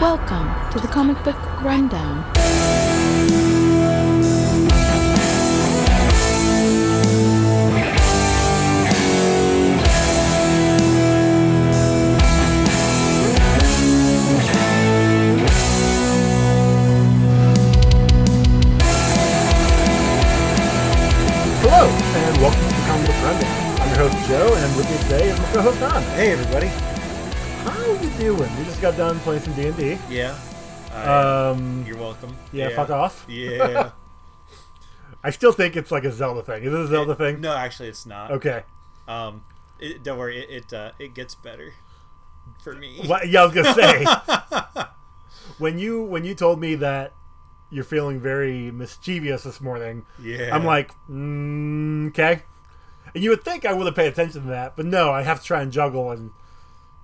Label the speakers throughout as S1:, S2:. S1: Welcome to the Comic Book Rundown.
S2: Hello, and welcome to the Comic Book Rundown. I'm your host, Joe, and with me today is my co-host, Don.
S3: Hey everybody.
S2: How are you doing? We just got done playing some D&D.
S3: Yeah.
S2: Um,
S3: You're welcome.
S2: yeah, fuck off.
S3: Yeah.
S2: I still think it's like a Zelda thing. Is it a Zelda thing?
S3: No, actually, it's not.
S2: Okay.
S3: Um, it, don't worry. It it, uh, it gets better for me.
S2: What, yeah, I was gonna say. when you when you told me that you're feeling very mischievous this morning,
S3: Yeah.
S2: I'm like, mm, okay. And you would think I would have paid attention to that, but no, I have to try and juggle and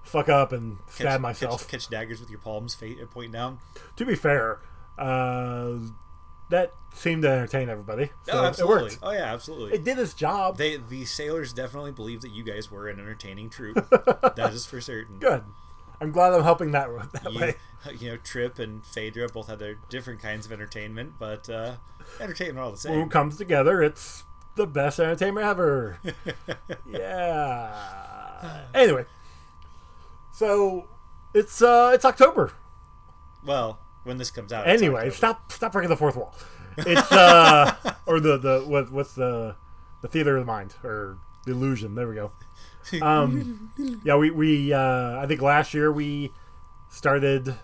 S2: fuck up and
S3: Catch-
S2: stab myself.
S3: Catch, catch daggers with your palms fa- pointing down.
S2: To be fair, uh, that seemed to entertain everybody. So
S3: oh, absolutely.
S2: It worked.
S3: Oh yeah, absolutely.
S2: It did its job.
S3: they the sailors definitely believed that you guys were an entertaining troop. that is for certain.
S2: Good. I'm glad I'm helping that that
S3: You,
S2: way.
S3: you know, Trip and Phaedra both had their different kinds of entertainment, but uh, entertainment all the
S2: When it
S3: same.
S2: comes together, it's the best entertainment ever. yeah. Anyway, so it's uh it's October.
S3: Well, when this comes out. it's
S2: Anyway,
S3: October.
S2: stop stop breaking the fourth wall. It's uh or the the what what's the the theater of the mind or the illusion. There we go. Um, yeah, we we uh, I think last year we started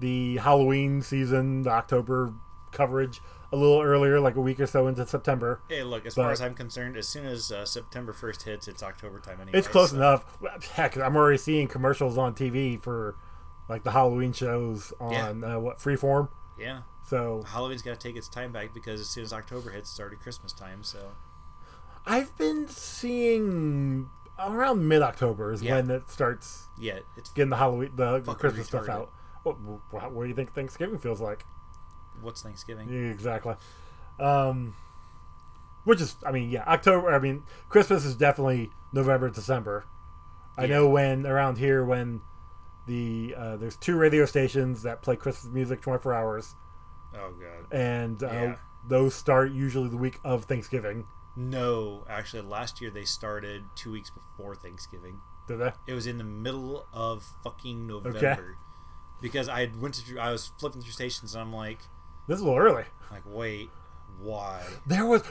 S2: the Halloween season, the October coverage a little earlier, like a week or so into September.
S3: Hey, look. As
S2: But-
S3: far as I'm concerned, as soon as uh, September 1st hits, it's October time anyway.
S2: It's close
S3: so-
S2: enough. Heck, I'm already seeing commercials on TV for like the Halloween shows on uh, what Freeform.
S3: Yeah,
S2: So
S3: Halloween's got to take its time back because as soon as October hits, it's already Christmas time. So
S2: I've been seeing around mid-October is
S3: Yeah.
S2: when it starts
S3: yeah, it's
S2: getting the Halloween, the
S3: Fucking
S2: Christmas stuff
S3: retarded.
S2: out. What, what, what do you think Thanksgiving feels like?
S3: what's Thanksgiving.
S2: Yeah, exactly. Um, which is, I mean, yeah, October. I mean, Christmas is definitely November, December. I know when around here when the uh, there's two radio stations that play Christmas music 24 hours,
S3: Oh god,
S2: and uh,
S3: Yeah.
S2: those start usually the week of Thanksgiving.
S3: no. Actually, last year they started two weeks before Thanksgiving.
S2: Do they?
S3: It was in the middle of fucking November. Because I had went to I was flipping through stations and I'm like,
S2: This is a little early.
S3: like wait, why?
S2: There was,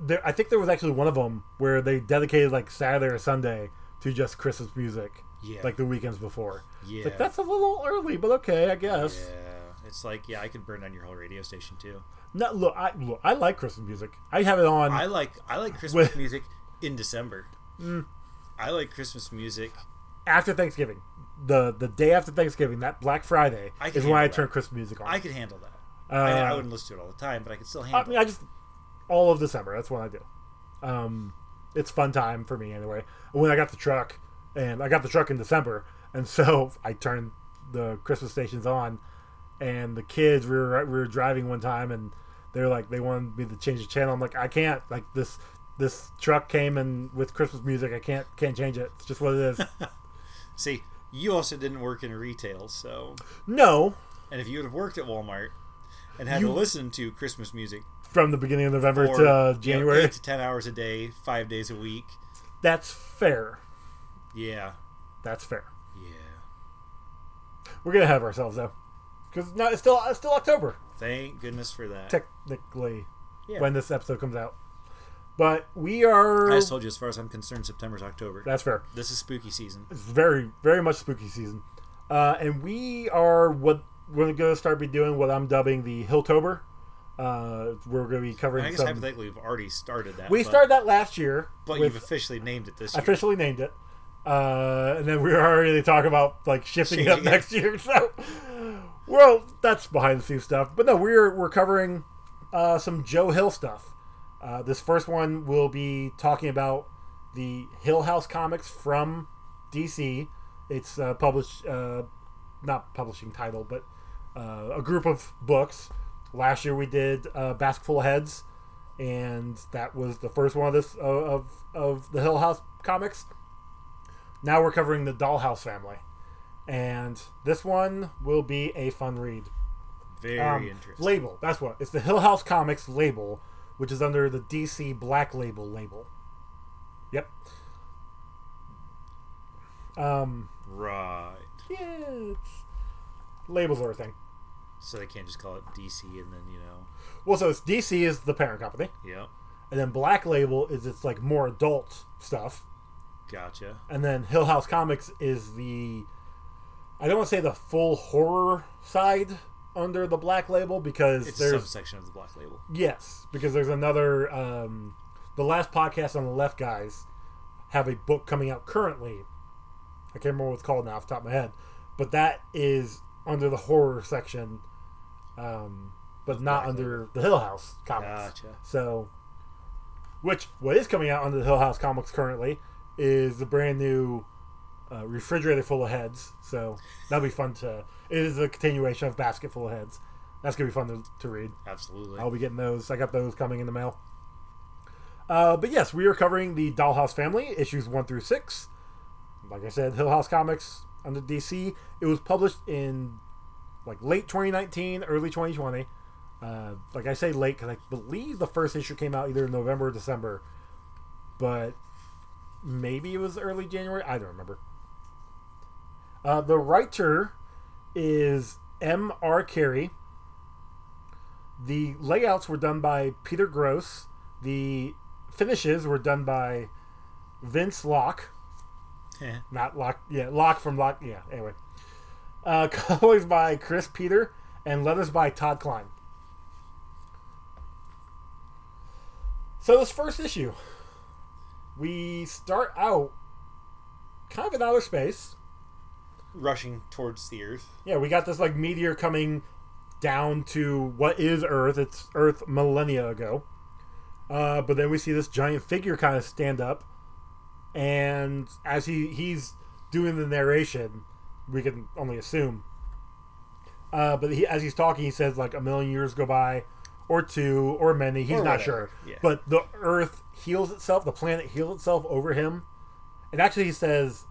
S2: there. I think there was actually one of them where they dedicated like Saturday or Sunday to just Christmas music,
S3: Yeah,
S2: like the weekends before.
S3: yeah,
S2: It's Like that's a little early, but okay, I guess.
S3: yeah. It's like yeah, I could burn down your whole radio station too.
S2: No, look, I look, I like Christmas music. I have it on.
S3: I like I like Christmas
S2: With-
S3: music in December. I like Christmas music.
S2: after Thanksgiving, the the day after Thanksgiving, that Black Friday
S3: I can
S2: is when I
S3: handle
S2: turn
S3: that.
S2: Christmas music on.
S3: I
S2: I,
S3: could handle that. I,
S2: Uh,
S3: I wouldn't listen to it all the time, but I could still handle.
S2: mean, I just all of December. That's what I do. Um, it's fun time for me anyway. When I got the truck, and I got the truck in December, and so I turned the Christmas stations on, and the kids we were we were driving one time, and they're like they wanted me to change the channel. I'm like I can't. Like this this truck came in with Christmas music. I can't can't change it. It's just what it is.
S3: it. See, you also didn't work in retail, so
S2: no,
S3: and if you would have worked at Walmart and had
S2: You-
S3: to listen to Christmas music
S2: from the beginning of November
S3: for
S2: to uh,
S3: you know,
S2: January.
S3: eight to ten hours a day, five days a week,
S2: That's fair.
S3: yeah,
S2: That's fair.
S3: yeah.
S2: We're gonna have ourselves though, because no, it's still it's still October
S3: Thank goodness for that.
S2: technically
S3: Yeah.
S2: when this episode comes out. But we are.
S3: I just told you, as far as I'm concerned, September's October.
S2: that's fair.
S3: this is spooky season.
S2: It's very very much spooky season, uh, and we are what we're gonna start be doing what I'm dubbing the Hilltober. Uh, we're gonna be covering
S3: I guess
S2: some.
S3: hypothetically, we've already started that.
S2: We
S3: but-
S2: started that last year,
S3: But
S2: with-
S3: you've officially named it this year.
S2: officially named it. Uh, and then we were already talking about like shifting it up
S3: Changing it.
S2: next year. So, well, that's behind the scenes stuff. But no, we're we're covering uh, some Joe Hill stuff. Uh, this first one will be talking about the Hill House comics from DC. It's uh, published, uh, not publishing title, but uh, a group of books. Last year we did uh, Basketful of Heads, and that was the first one of this of of the Hill House comics. Now we're covering the Dollhouse family, and this one will be a fun read.
S3: Very
S2: Um,
S3: interesting.
S2: label. That's what it's the Hill House Comics label, which is under the DC Black Label label. Yep. Um.
S3: right.
S2: Yeah. It's, labels are a thing.
S3: So they can't just call it DC and then, you know.
S2: Well, so it's DC is the parent company,
S3: Yep.
S2: and then Black Label is its like more adult stuff,
S3: Gotcha.
S2: and then Hill House Comics is the I don't want to say the full horror side under the Black Label because
S3: It's a
S2: there's
S3: subsection of the Black Label.
S2: Yes, because there's another. Um, the last podcast on the left guys have a book coming out currently. I can't remember what it's called now off the top of my head, but that is under the horror section, um, but not
S3: Black
S2: under the Hill House comics.
S3: Gotcha.
S2: So, which what is coming out under the Hill House comics currently is the brand new uh, refrigerator full of heads. So that'll be fun to. It is a continuation of Basket Full of Heads. That's gonna be fun to, to read.
S3: Absolutely.
S2: I'll be getting those. I got those coming in the mail. Uh, but yes, we are covering the Dollhouse Family issues one through six. Like I said, Hill House Comics under DC. It was published in like late 2019, early 2020. Uh, like I say, late because I believe the first issue came out either in November or December, but maybe it was early January. I don't remember. Uh, the writer is M. R. Carey. The layouts were done by Peter Gross. The finishes were done by Vince Locke.
S3: Yeah.
S2: Not Locke. Yeah, Locke from Locke. Yeah, anyway. Uh, colors by Chris Peter and letters by Todd Klein. So, this first issue, we start out kind of in outer space.
S3: Rushing towards the Earth.
S2: Yeah, we got this like meteor coming down to what is Earth. It's Earth millennia ago. Uh, but then we see this giant figure kind of stand up, and as he he's doing the narration, we can only assume. Uh, but he, as he's talking, he says like a million years go by, or two, or many. He's
S3: Or
S2: not
S3: whatever,
S2: sure.
S3: yeah.
S2: But the Earth heals itself. The planet heals itself over him, and actually he says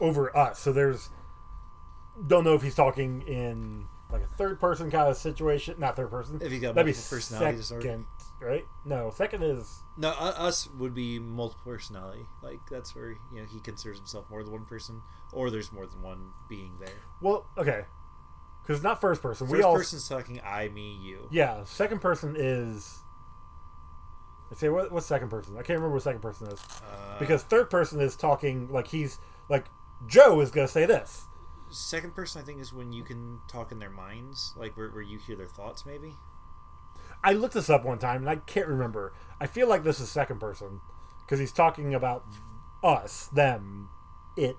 S2: over us. So there's don't know if he's talking in like a third person kind of situation. Not third person.
S3: If he's got
S2: That'd be
S3: multiple personality disorder.
S2: second, right? No, second is
S3: No, u- us would be multiple personality. Like that's where you know he considers himself more than one person, or there's more than one being there.
S2: well, okay, because not first person.
S3: First
S2: we all
S3: person's talking I, me, you.
S2: yeah. Second person is. I say what? What's second person? I can't remember what second person is
S3: Uh,
S2: because third person is talking like he's like Joe is gonna say this.
S3: second person, I think, is when you can talk in their minds, like where, where you hear their thoughts, maybe.
S2: I looked this up one time and I can't remember. I feel like this is second person because he's talking about us, them, it.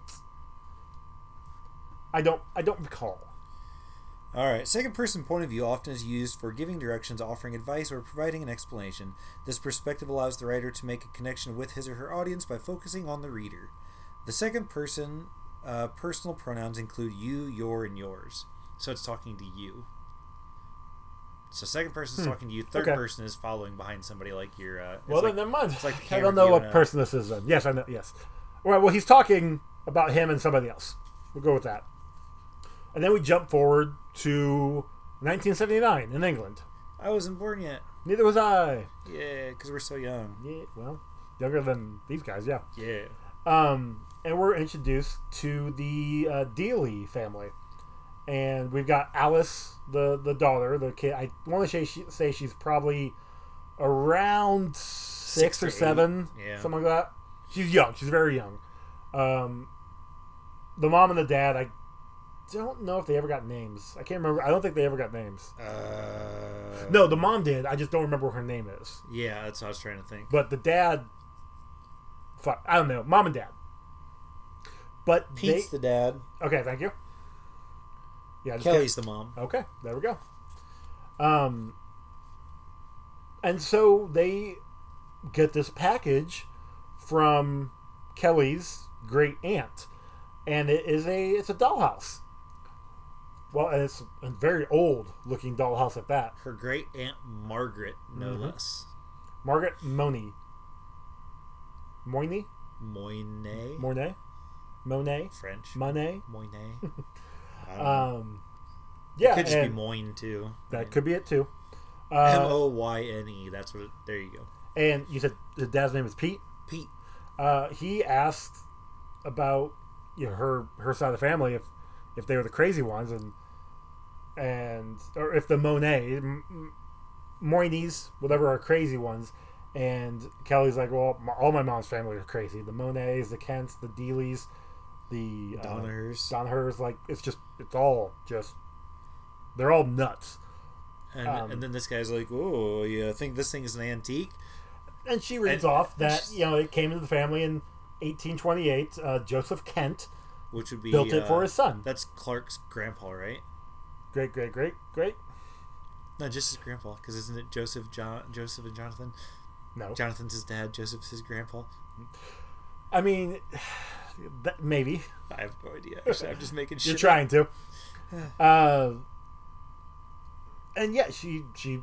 S2: I don't. I don't recall.
S3: All right. Second person point of view often is used for giving directions, offering advice, or providing an explanation. This perspective allows the writer to make a connection with his or her audience by focusing on the reader. The second person uh, personal pronouns include you, your, and yours. So it's talking to you. So second person is talking to you. Third
S2: Hmm. Okay.
S3: person is following behind somebody like your. Uh, it's
S2: Well,
S3: like-
S2: then never mind.
S3: it's like the
S2: I
S3: camera
S2: don't know
S3: view
S2: what
S3: in a-
S2: person this is. Then yes, I know. Yes. All right. Well, he's talking about him and somebody else. We'll go with that. And then we jump forward to 1979 in England.
S3: I wasn't born yet.
S2: Neither was I.
S3: Yeah, because we're so young.
S2: Yeah. Well, younger than these guys. Yeah.
S3: Yeah.
S2: Um, and we're introduced to the uh, Dealey family, and we've got Alice, the the daughter, the kid. I want to say, she, say she's probably around six,
S3: Six
S2: or,
S3: or eight,
S2: seven,
S3: yeah.
S2: something like that. She's young. She's very young. Um, the mom and the dad. I don't know if they ever got names. I can't remember. I don't think they ever got names.
S3: Uh,
S2: No, the mom did. I just don't remember what her name is.
S3: Yeah, that's what I was trying to think.
S2: But the dad, fuck, I don't know. Mom and dad. But they,
S3: Pete's the dad.
S2: Okay, thank you. Yeah, I just
S3: Kelly's the mom.
S2: can't- Okay, there we go. Um, and so they get this package from Kelly's great aunt, and it is a it's a dollhouse. Well, and it's a very old looking dollhouse at that.
S3: her great aunt Margaret, no
S2: Mm-hmm.
S3: less.
S2: Margaret Money. Moyne?
S3: Moyne.
S2: Mornay? Monet,
S3: French.
S2: Monet.
S3: Moinet. I don't know.
S2: Um, yeah,
S3: it could just
S2: and
S3: be Moine too.
S2: that could be it too.
S3: M
S2: Uh,
S3: O Y N E. That's what. It, there you go.
S2: and you said the dad's name is Pete.
S3: Pete.
S2: Uh, he asked about you know, her her side of the family if if they were the crazy ones and and or if the Monet M- M- Moines whatever are crazy ones. And Kelly's like, well, my, all my mom's family are crazy. The Monets, the Kents, the Dealys, the uh,
S3: Donahers.
S2: Donahers. Like it's just it's all just they're all nuts.
S3: and,
S2: um,
S3: and then this guy's like, "Oh, you think this thing is an antique?"
S2: and she reads
S3: And-
S2: off that
S3: she's-
S2: you know it came into the family in 1828. Uh, Joseph Kent
S3: Which would be
S2: built it
S3: uh,
S2: for his son.
S3: That's Clark's grandpa, right?
S2: Great, great, great, great.
S3: No, just his grandpa, because isn't it Joseph, John, Joseph and Jonathan?
S2: No,
S3: Jonathan's his dad. Joseph's his grandpa.
S2: I mean, that, maybe
S3: I have no idea. Actually, I'm just making
S2: you're
S3: shit. up.
S2: trying to. Uh, and yeah, she she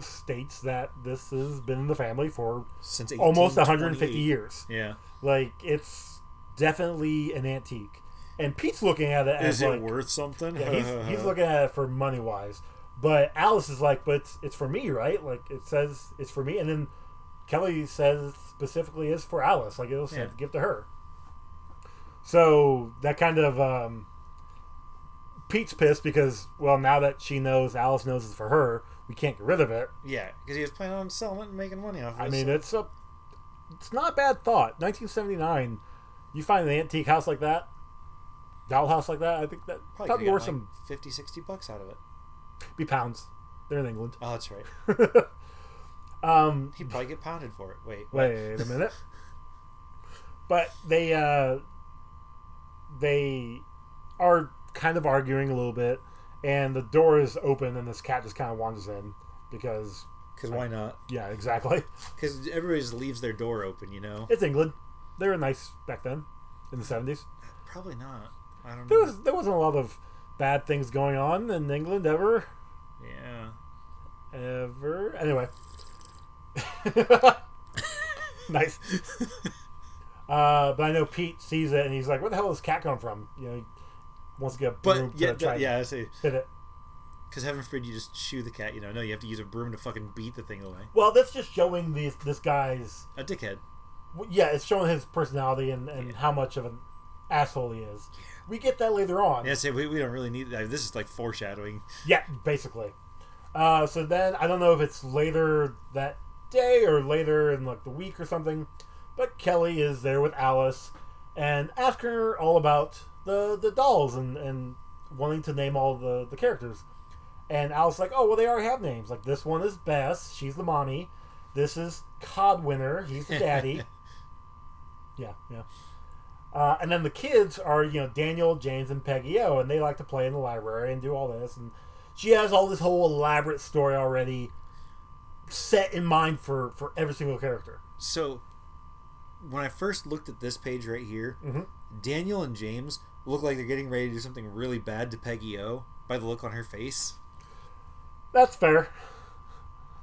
S2: states that this has been in the family for
S3: since
S2: almost 150
S3: 1828.
S2: years.
S3: Yeah,
S2: Like it's definitely an antique. And Pete's looking at it as
S3: is it
S2: like,
S3: worth something?
S2: Yeah, he's, he's looking at it for money wise. But Alice is like, but it's, it's for me, right? Like it says it's for me. And then Kelly says specifically is for Alice. Like it'll
S3: Yeah.
S2: give give to her. So that kind of um, Pete's pissed because well now that she knows Alice knows it's for her, we can't get rid of it.
S3: Yeah, because he was planning on selling it and making money off. of
S2: I
S3: it,
S2: mean
S3: so-
S2: it's a it's not a bad thought. 1979, you find an antique house like that, doll house like that. I think that probably,
S3: probably
S2: worth
S3: worth
S2: some
S3: 50, 60 bucks out of it.
S2: be pounds. They're in England.
S3: Oh, that's right.
S2: um,
S3: He'd probably get pounded for it. Wait, what?
S2: wait a minute. But they uh, they are kind of arguing a little bit, and the door is open, and this cat just kind of wanders in because
S3: Because why not?
S2: yeah, exactly.
S3: Because everybody just leaves their door open, you know.
S2: It's England. They were nice back then, in the seventies.
S3: Probably not. I don't
S2: There
S3: know.
S2: was there wasn't a lot of bad things going on in England ever,
S3: Yeah.
S2: ever. Anyway, nice. Uh, but I know Pete sees it and he's like, "Where the hell is cat come from?" You know, he wants to get a broom
S3: But yeah,
S2: to try
S3: that,
S2: and
S3: yeah, I see.
S2: hit it.
S3: Because heaven forbid you just shoo the cat. You know, no, you have to use a broom to fucking beat the thing away.
S2: Well, that's just showing this this guy's.
S3: A dickhead.
S2: w- Yeah, it's showing his personality and, and
S3: Yeah.
S2: how much of an asshole he is. We get that later on.
S3: Yeah, say we, we don't really need that. This is like foreshadowing.
S2: Yeah, basically. Uh, so then I don't know if it's later that day or later in like the week or something, but Kelly is there with Alice and asking her all about the the dolls and and wanting to name all the the characters. And Alice's like, oh well, they already have names. Like this one is Bess, she's the mommy. This is Codwinner, he's the daddy. yeah, yeah. Uh, and then the kids are, you know, Daniel, James, and Peggy O, and they like to play in the library and do all this. And she has all this whole elaborate story already set in mind for for every single character.
S3: So, when I first looked at this page right here,
S2: Mhm.
S3: Daniel and James look like they're getting ready to do something really bad to Peggy O by the look on her face.
S2: That's fair.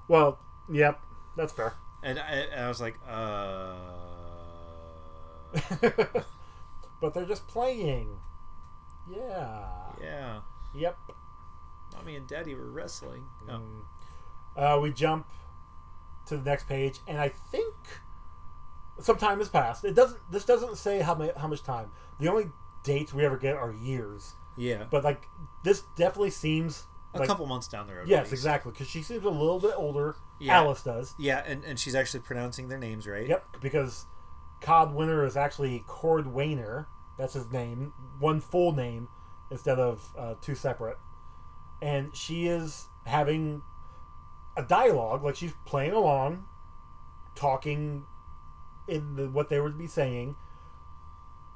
S2: Well, yep, that's fair.
S3: And I, and I was like, uh.
S2: but they're just playing. Yeah.
S3: Yeah.
S2: Yep.
S3: Mommy and Daddy were wrestling. Oh.
S2: Mm. Uh, we jump to the next page, and I think some time has passed. It doesn't. This doesn't say how mu- how much time. The only dates we ever get are years.
S3: Yeah.
S2: But like this definitely seems
S3: a
S2: like
S3: couple months down the road. at
S2: yes,
S3: least.
S2: exactly, because she seems a little bit older.
S3: Yeah.
S2: Alice does.
S3: Yeah, and, and she's actually pronouncing their names right.
S2: Yep, because Cod Winner is actually Cord Wainer. That's his name, one full name instead of uh, two separate. And she is having a dialogue, like she's playing along, talking in the, what they would be saying.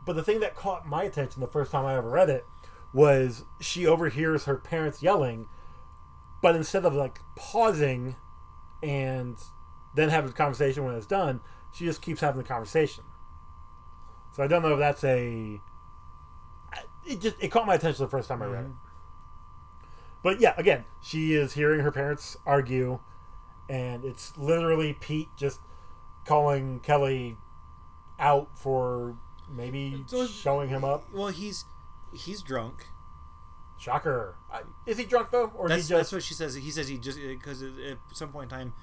S2: But the thing that caught my attention the first time I ever read it was she overhears her parents yelling, but instead of like pausing and then having a conversation when it's done, she just keeps having the conversation. So I don't know if that's a. I- It just it caught my attention the first time I read it.
S3: Mm-hmm.
S2: But yeah, again, she is hearing her parents argue, and it's literally Pete just calling Kelly out for Maybe
S3: So-
S2: showing him up.
S3: Well, he's he's drunk.
S2: Shocker. I, is he drunk though, or
S3: That's
S2: is he just
S3: that's what she says. He says he just because at at some point in time,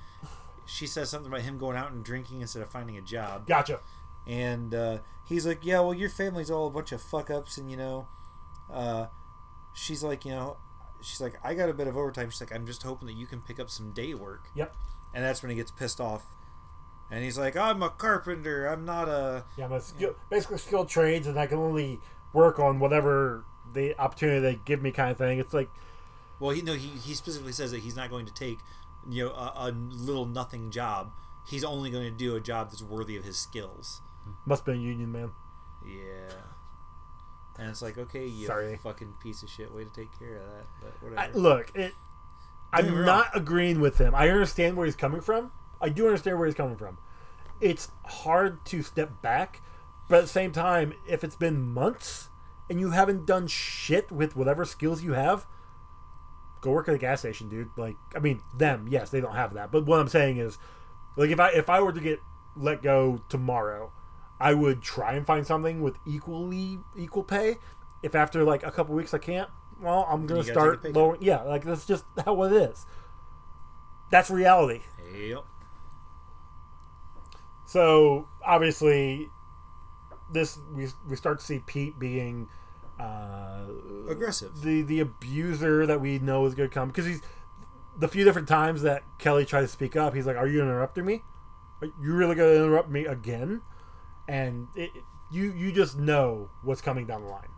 S3: she says something about him going out and drinking instead of finding a job.
S2: gotcha?
S3: and uh, he's like, "Yeah, well, your family's all a bunch of fuck ups," and you know, uh, she's like, you know, she's like, "I got a bit of overtime." She's like, "I'm just hoping that you can pick up some day work,"
S2: Yep.
S3: and that's when he gets pissed off, and he's like, "I'm a carpenter. I'm not a
S2: Yeah, I'm a skill, basically skilled trades, and I can only work on whatever the opportunity they give me, kind of thing. It's like,
S3: well." He no, he he specifically says that he's not going to take you know a, a little nothing job. He's only going to do a job that's worthy of his skills.
S2: must be a union man.
S3: Yeah. And it's like, okay, you
S2: Sorry.
S3: fucking piece of shit, way to take care of that. But whatever.
S2: I, look, it,
S3: Don't get me
S2: I'm
S3: wrong.
S2: not agreeing with him. I understand where he's coming from. I do understand where he's coming from. It's hard to step back, but at the same time, if it's been months and you haven't done shit with whatever skills you have, go work at a gas station, dude. Like, I mean, them, yes, they don't have that. But what I'm saying is, like, if I if I were to get let go tomorrow, I would try and find something with equally equal pay. If after like a couple weeks I can't, well, I'm gonna
S3: gotta take a
S2: start
S3: pay cut.
S2: lowering. Yeah, like that's just how it is. That's reality.
S3: Yep.
S2: So obviously, this we we start to see Pete being. Uh,
S3: Aggressive.
S2: the the abuser that we know is going to come because he's the few different times that Kelly tries to speak up, he's like, "Are you interrupting me? Are you really going to interrupt me again?" And it, it- you you just know what's coming down the line.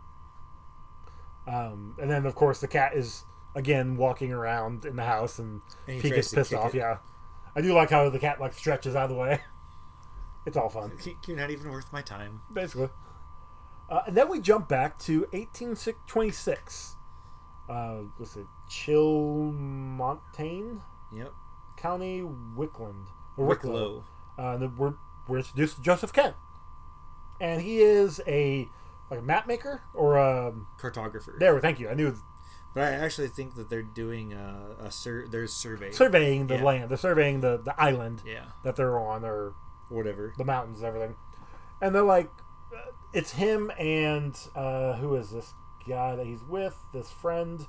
S2: Um, and then of course the cat is again walking around in the house, and,
S3: And he
S2: he
S3: tries
S2: gets
S3: to
S2: pissed
S3: kick
S2: off.
S3: it.
S2: Yeah, I do like how the cat like stretches out of the way. It's all fun.
S3: You're not even worth my time.
S2: basically. Uh, and then we jump back to 1826. Uh, let's see, Chilmontane
S3: Yep.
S2: County, Wickland. Or Wicklow.
S3: Wicklow.
S2: Uh, and we're, we're introduced to Joseph Kent. And he is a like a map maker or a.
S3: Cartographer.
S2: There, thank you. I knew
S3: But I actually think that they're doing a, a sur- there's survey.
S2: surveying the
S3: Yeah.
S2: land, they're surveying the, the island
S3: yeah.
S2: that they're on or
S3: Whatever.
S2: the mountains and everything. And they're like, uh, it's him and uh, who is this guy that he's with? This friend,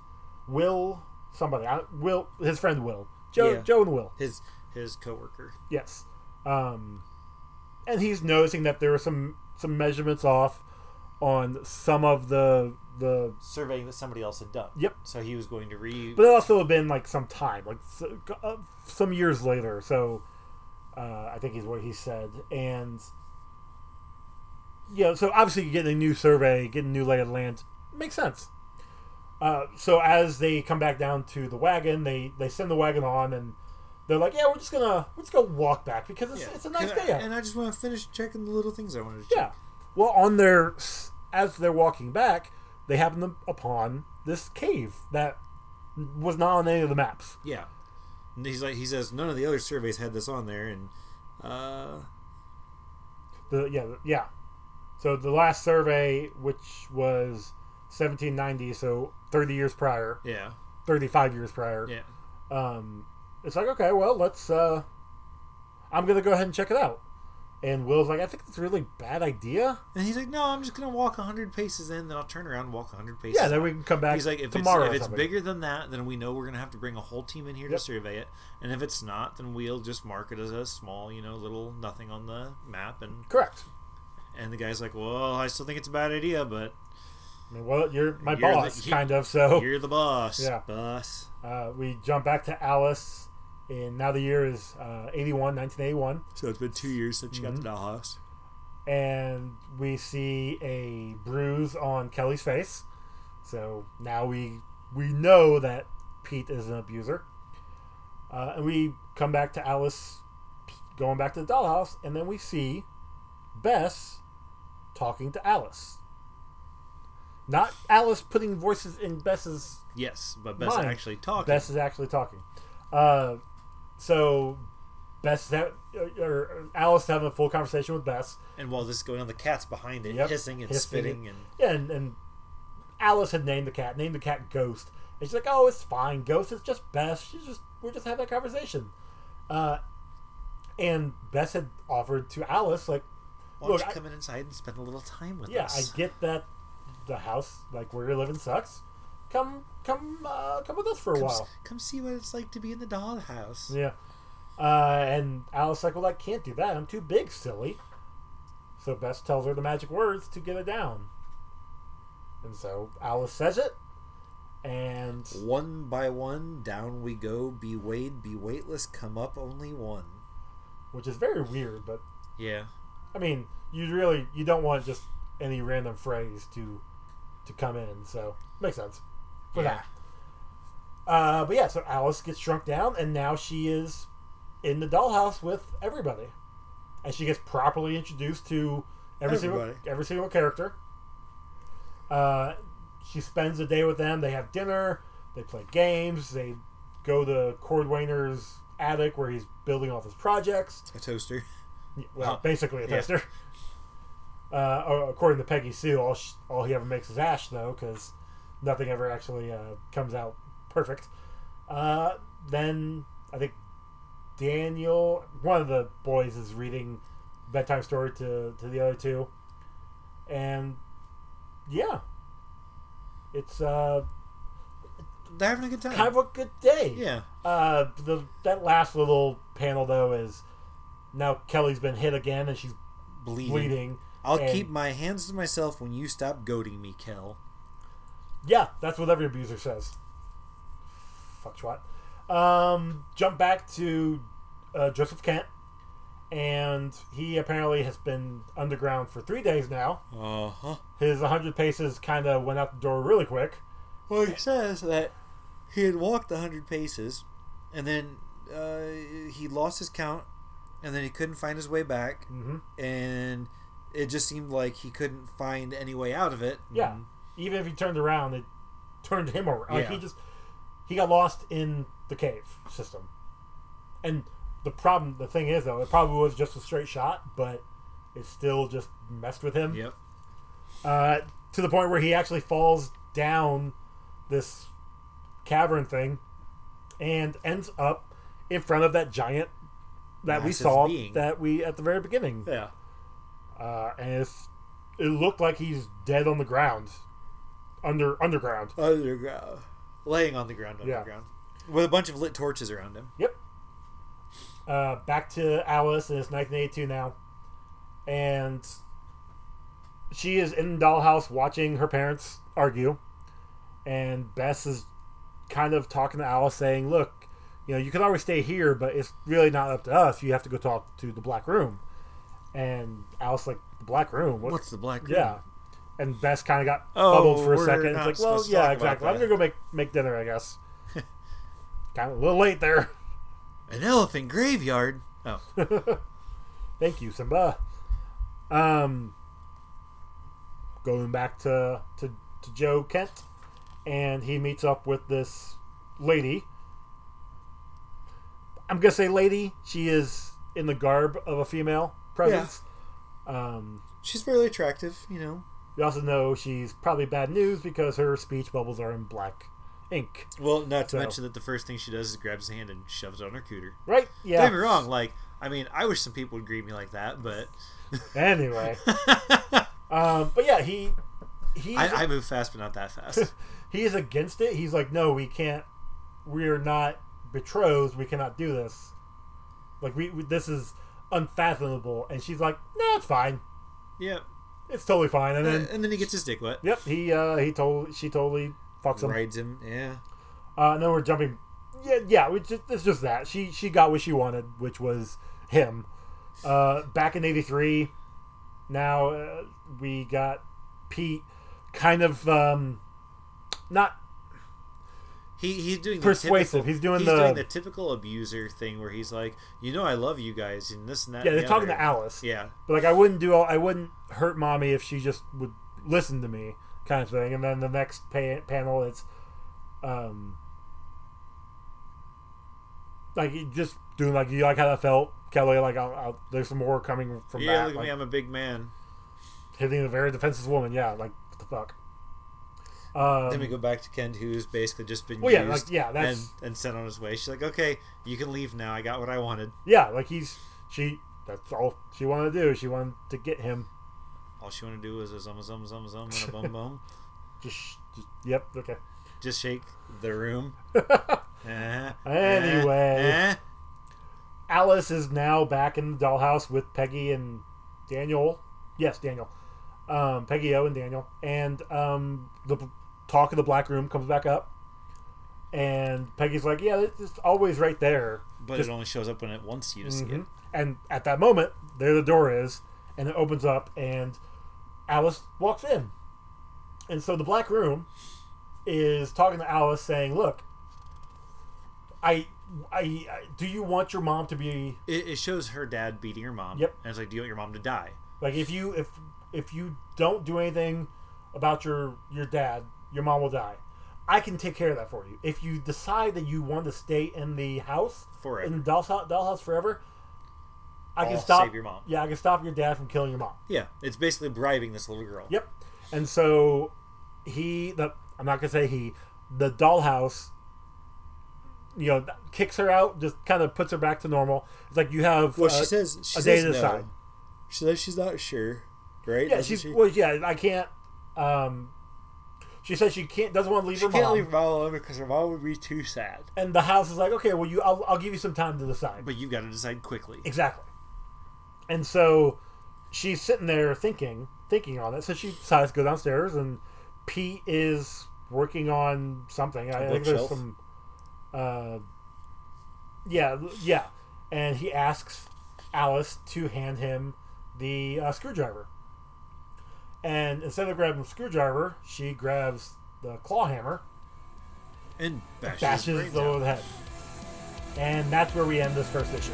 S2: Will, somebody. I, Will, his friend Will, Joe,
S3: Yeah.
S2: Joe and Will.
S3: His his coworker.
S2: Yes. Um, and he's noticing that there are some some measurements off on some of the the.
S3: Surveying that somebody else had done.
S2: Yep.
S3: So he was going to re.
S2: But it also have been like some time, like s- uh, some years later. So uh, I think is what he said. And yeah, so obviously getting a new survey, getting a new lay of the land makes sense. Uh, so as they come back down to the wagon, they they send the wagon on, and they're like, "Yeah, we're just gonna we're just gonna walk back because it's, it's a nice
S3: Can I-
S2: day out."
S3: And I just want to finish checking the little things I wanted to
S2: Yeah.
S3: check.
S2: Well, on their as they're walking back, they happen upon this cave that was not on any of the maps.
S3: Yeah. Yeah. And he's like he says none of the other surveys had this on there and uh
S2: The yeah the- yeah. So the last survey, which was 1790, so 30 years prior,
S3: yeah
S2: 35 years prior.
S3: yeah
S2: Um, it's like okay, well let's. Uh, I'm gonna go ahead and check it out. And Will's like, I think it's a really bad idea.
S3: and he's like no I'm just gonna walk hundred paces in then I'll turn around and walk hundred paces
S2: Yeah, then
S3: out."
S2: we can come back
S3: He's like, if
S2: tomorrow. or
S3: it's if it's
S2: something.
S3: bigger than that, then we know we're gonna have to bring a whole team in here
S2: Yep.
S3: to survey it. And if it's not, then we'll just mark it as a small, you know, little nothing on the map. And
S2: correct.
S3: and the guy's like, well, I still think it's a bad idea, but
S2: I mean, well, you're my
S3: You're the-
S2: boss,
S3: you-
S2: kind of. So
S3: you're the boss,
S2: Oh. Yeah.
S3: boss.
S2: Uh, we jump back to Alice, and now the year is uh, 81, 1981,
S3: So it's been two years since you got the
S2: Mm-hmm.
S3: dollhouse.
S2: and we see a bruise on Kelly's face. So now we we know that Pete is an abuser, uh, and we come back to Alice going back to the dollhouse, and then we see Bess talking to Alice. Not Alice putting voices in Bess's
S3: Yes, but Bess
S2: Mine.
S3: actually talking.
S2: Bess is actually talking. Uh, so Bess is ha- or- or Alice is having a full conversation with Bess.
S3: And while this is going on, the cat's behind it,
S2: Yep.
S3: hissing and
S2: Hissing.
S3: spitting and
S2: Yeah, and, and Alice had named the cat, named the cat Ghost. And she's like, "Oh, it's fine, Ghost. It's just Bess. She's just we're just having a conversation." Uh, and Bess had offered to Alice, like,
S3: Why don't
S2: Look,
S3: you
S2: I-
S3: come in inside and spend a little time with
S2: Yeah, I
S3: us?
S2: get that the house, like where you're living, sucks. Come, come, uh, come with us for a
S3: come, s-
S2: while.
S3: come see what it's like to be in the dollhouse.
S2: Yeah. Uh, and Alice like, well, I can't do that. I'm too big, silly. So Bess tells her the magic words to get it down. And so Alice says it, and
S3: One by one, down we go. Be weighed, be weightless. Come up, only one.
S2: which is very weird, but
S3: Yeah.
S2: I mean, you really you don't want just any random phrase to to come in, so makes sense for
S3: Yeah.
S2: that. Uh, but yeah, so Alice gets shrunk down, and now she is in the dollhouse with everybody, and she gets properly introduced to every single
S3: Everybody.
S2: every single character. Uh, she spends the day with them. They have dinner. They play games. They go to Cordwainer's attic where he's building all of his projects.
S3: A toaster.
S2: Well,
S3: Huh.
S2: basically a
S3: Yeah.
S2: tester. Uh, or- according to Peggy Sue, all, sh all he ever makes is ash, though, because nothing ever actually uh, comes out perfect. Uh, then I think Daniel, one of the boys, is reading bedtime story to, to the other two, and yeah, it's uh,
S3: They're having a good time.
S2: kind of a good day.
S3: yeah.
S2: Uh, the that last little panel though is now Kelly's been hit again and she's
S3: Bleeding.
S2: bleeding.
S3: I'll
S2: and-
S3: keep my hands to myself when you stop goading me, Kel.
S2: Yeah, that's what every abuser says. Fuck twat. Um, jump back to uh, Joseph Kent, and he apparently has been underground for three days now.
S3: Uh huh.
S2: His 100 paces kind of went out the door really quick.
S3: Mm-hmm. Well, he says that he had walked a 100 paces, and then uh, he lost his count, and then he couldn't find his way back,
S2: hmm
S3: and it just seemed like he couldn't find any way out of it. Mm-hmm.
S2: Yeah, even if he turned around, it turned him around. Like he
S3: Yeah.
S2: just he got lost in the cave system. And the problem, the thing is though, it probably was just a straight shot, but it still just messed with him.
S3: Yep.
S2: uh, to the point where he actually falls down this cavern thing and ends up in front of that giant that we
S3: Massive
S2: saw
S3: being.
S2: that we at the very beginning
S3: Yeah.
S2: uh, and it's, it looked like he's dead on the ground under underground
S3: Underground. Laying on the ground
S2: Yeah.
S3: underground. With a bunch of lit torches around him.
S2: Yep. Uh, back to Alice, and it's 1982 now, and she is in dollhouse watching her parents argue, and Bess is kind of talking to Alice, saying, "Look, you know, you can always stay here, but it's really not up to us. You have to go talk to the Black Room." And Alice, like, "The Black Room? What's,
S3: the black
S2: yeah?" And Bess kind of got
S3: Oh,
S2: bubbled for a
S3: we're
S2: second.
S3: not
S2: It's like, "Well,
S3: supposed to
S2: yeah,
S3: talk about
S2: exactly. I'm
S3: that."
S2: gonna go make make dinner, I guess." kind of a little late there.
S3: An elephant graveyard. Oh.
S2: Thank you, Simba. Um, going back to, to, to Joe Kent, and he meets up with this lady. I'm going to say lady. She is in the garb of a female presence. Um,
S3: She's fairly attractive, you know.
S2: we also know she's probably bad news because her speech bubbles are in black ink.
S3: Well, not to
S2: So-
S3: mention that the first thing she does is grabs his hand and shoves it on her cooter.
S2: Right? Yeah.
S3: Don't get me wrong. Like, I mean, I wish some people would greet me like that, but
S2: Anyway. um, but yeah, he. He's
S3: I, I move fast, but not that fast.
S2: he is against it. He's like, no, we can't. We are not betrothed. We cannot do this. Like we, we this is unfathomable. And she's like, no, it's fine.
S3: yeah,
S2: It's totally fine. And
S3: and
S2: then,
S3: then, he gets his dick wet.
S2: yep, he uh, he told she totally fucks him.
S3: Rides him. Yeah.
S2: Uh, and then we're jumping. Yeah, yeah. We just, it's just that she she got what she wanted, which was him. Uh, back in '83. Now uh, we got Pete, kind of um, not
S3: He, he's doing the
S2: Persuasive.
S3: Typical,
S2: He's doing
S3: he's
S2: the-
S3: doing the typical abuser thing where he's like, you know, I love you guys and this and that.
S2: yeah.
S3: and
S2: They're
S3: the
S2: talking
S3: other.
S2: to Alice.
S3: Yeah.
S2: But like I wouldn't do all, I wouldn't hurt mommy if she just would listen to me kind of thing. And then the next pa- panel it's um like you just doing like you like how that felt Kelly like I'll, I'll, there's some more coming from
S3: Yeah,
S2: that
S3: look at
S2: like,
S3: me, I'm a big man.
S2: hitting a very defenseless woman yeah like what the fuck um,
S3: then we go back to Kent, who's basically just been
S2: Well, yeah,
S3: used
S2: like, yeah, that's-
S3: and, and sent on his way. She's like, okay, you can leave now. I got what I wanted.
S2: yeah like he's she That's all she wanted to do. She wanted to get him.
S3: All she wanted to do was a zum zum zum zum and a bum bum.
S2: Just, sh- just yep. Okay.
S3: Just shake the room. Eh, eh,
S2: Anyway.
S3: eh.
S2: Alice is now back in the dollhouse with Peggy and Daniel. Yes, Daniel. Um, Peggy O and Daniel. And um, the b- talk of the black room comes back up. And Peggy's like, yeah, it's just always right there.
S3: But
S2: Just-
S3: it only shows up when it wants you to see it.
S2: Mhm. And at that moment, there the door is, and it opens up, and Alice walks in. And so the black room is talking to Alice, saying, "Look, I, I, I do you want your mom to be
S3: it. It shows her dad beating her mom.
S2: Yep.
S3: And it's like, do you want your mom to die?
S2: like if you if if you don't do anything about your your dad, your mom will die." I can take care of that for you. If you decide that you want to stay in the house
S3: Forever.
S2: in the dollhouse, dollhouse forever, I can
S3: I'll
S2: stop
S3: save your mom.
S2: Yeah, I can stop your dad from killing your mom.
S3: Yeah. It's basically bribing this little girl.
S2: Yep. And so he, the I'm not gonna say he, the dollhouse, you know, kicks her out, just kind of puts her back to normal. It's like you have
S3: Well,
S2: uh,
S3: she says she
S2: a
S3: says
S2: day to
S3: no.
S2: decide.
S3: She says she's not sure, right?
S2: Yeah,
S3: Doesn't
S2: she's
S3: she,
S2: well, yeah. I can't. Um, she says she can't doesn't want to leave
S3: she
S2: her
S3: can't
S2: mom.
S3: leave her mom alone because her mom would be too sad.
S2: and the house is like, okay, well, you, I'll, I'll give you some time to decide.
S3: But you've got to decide quickly.
S2: Exactly. And so she's sitting there thinking, thinking on it. So she decides to go downstairs, and Pete is working on something. I think there's
S3: bookshelf?
S2: some. Uh, yeah, l- yeah. And he asks Alice to hand him the uh, screwdriver. And instead of grabbing the screwdriver, she grabs the claw hammer,
S3: And bashes, his
S2: bashes
S3: brains
S2: the
S3: out.
S2: little head. And that's where we end this first issue.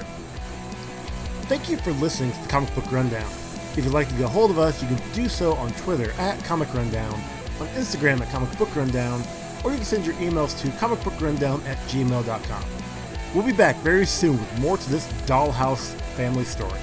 S4: Thank you for listening to the Comic Book Rundown. If you'd like to get a hold of us, you can do so on Twitter at Comic Rundown, on Instagram at Comic Book Rundown, or you can send your emails to comicbookrundown at gmail.com. We'll be back very soon with more to this dollhouse family story.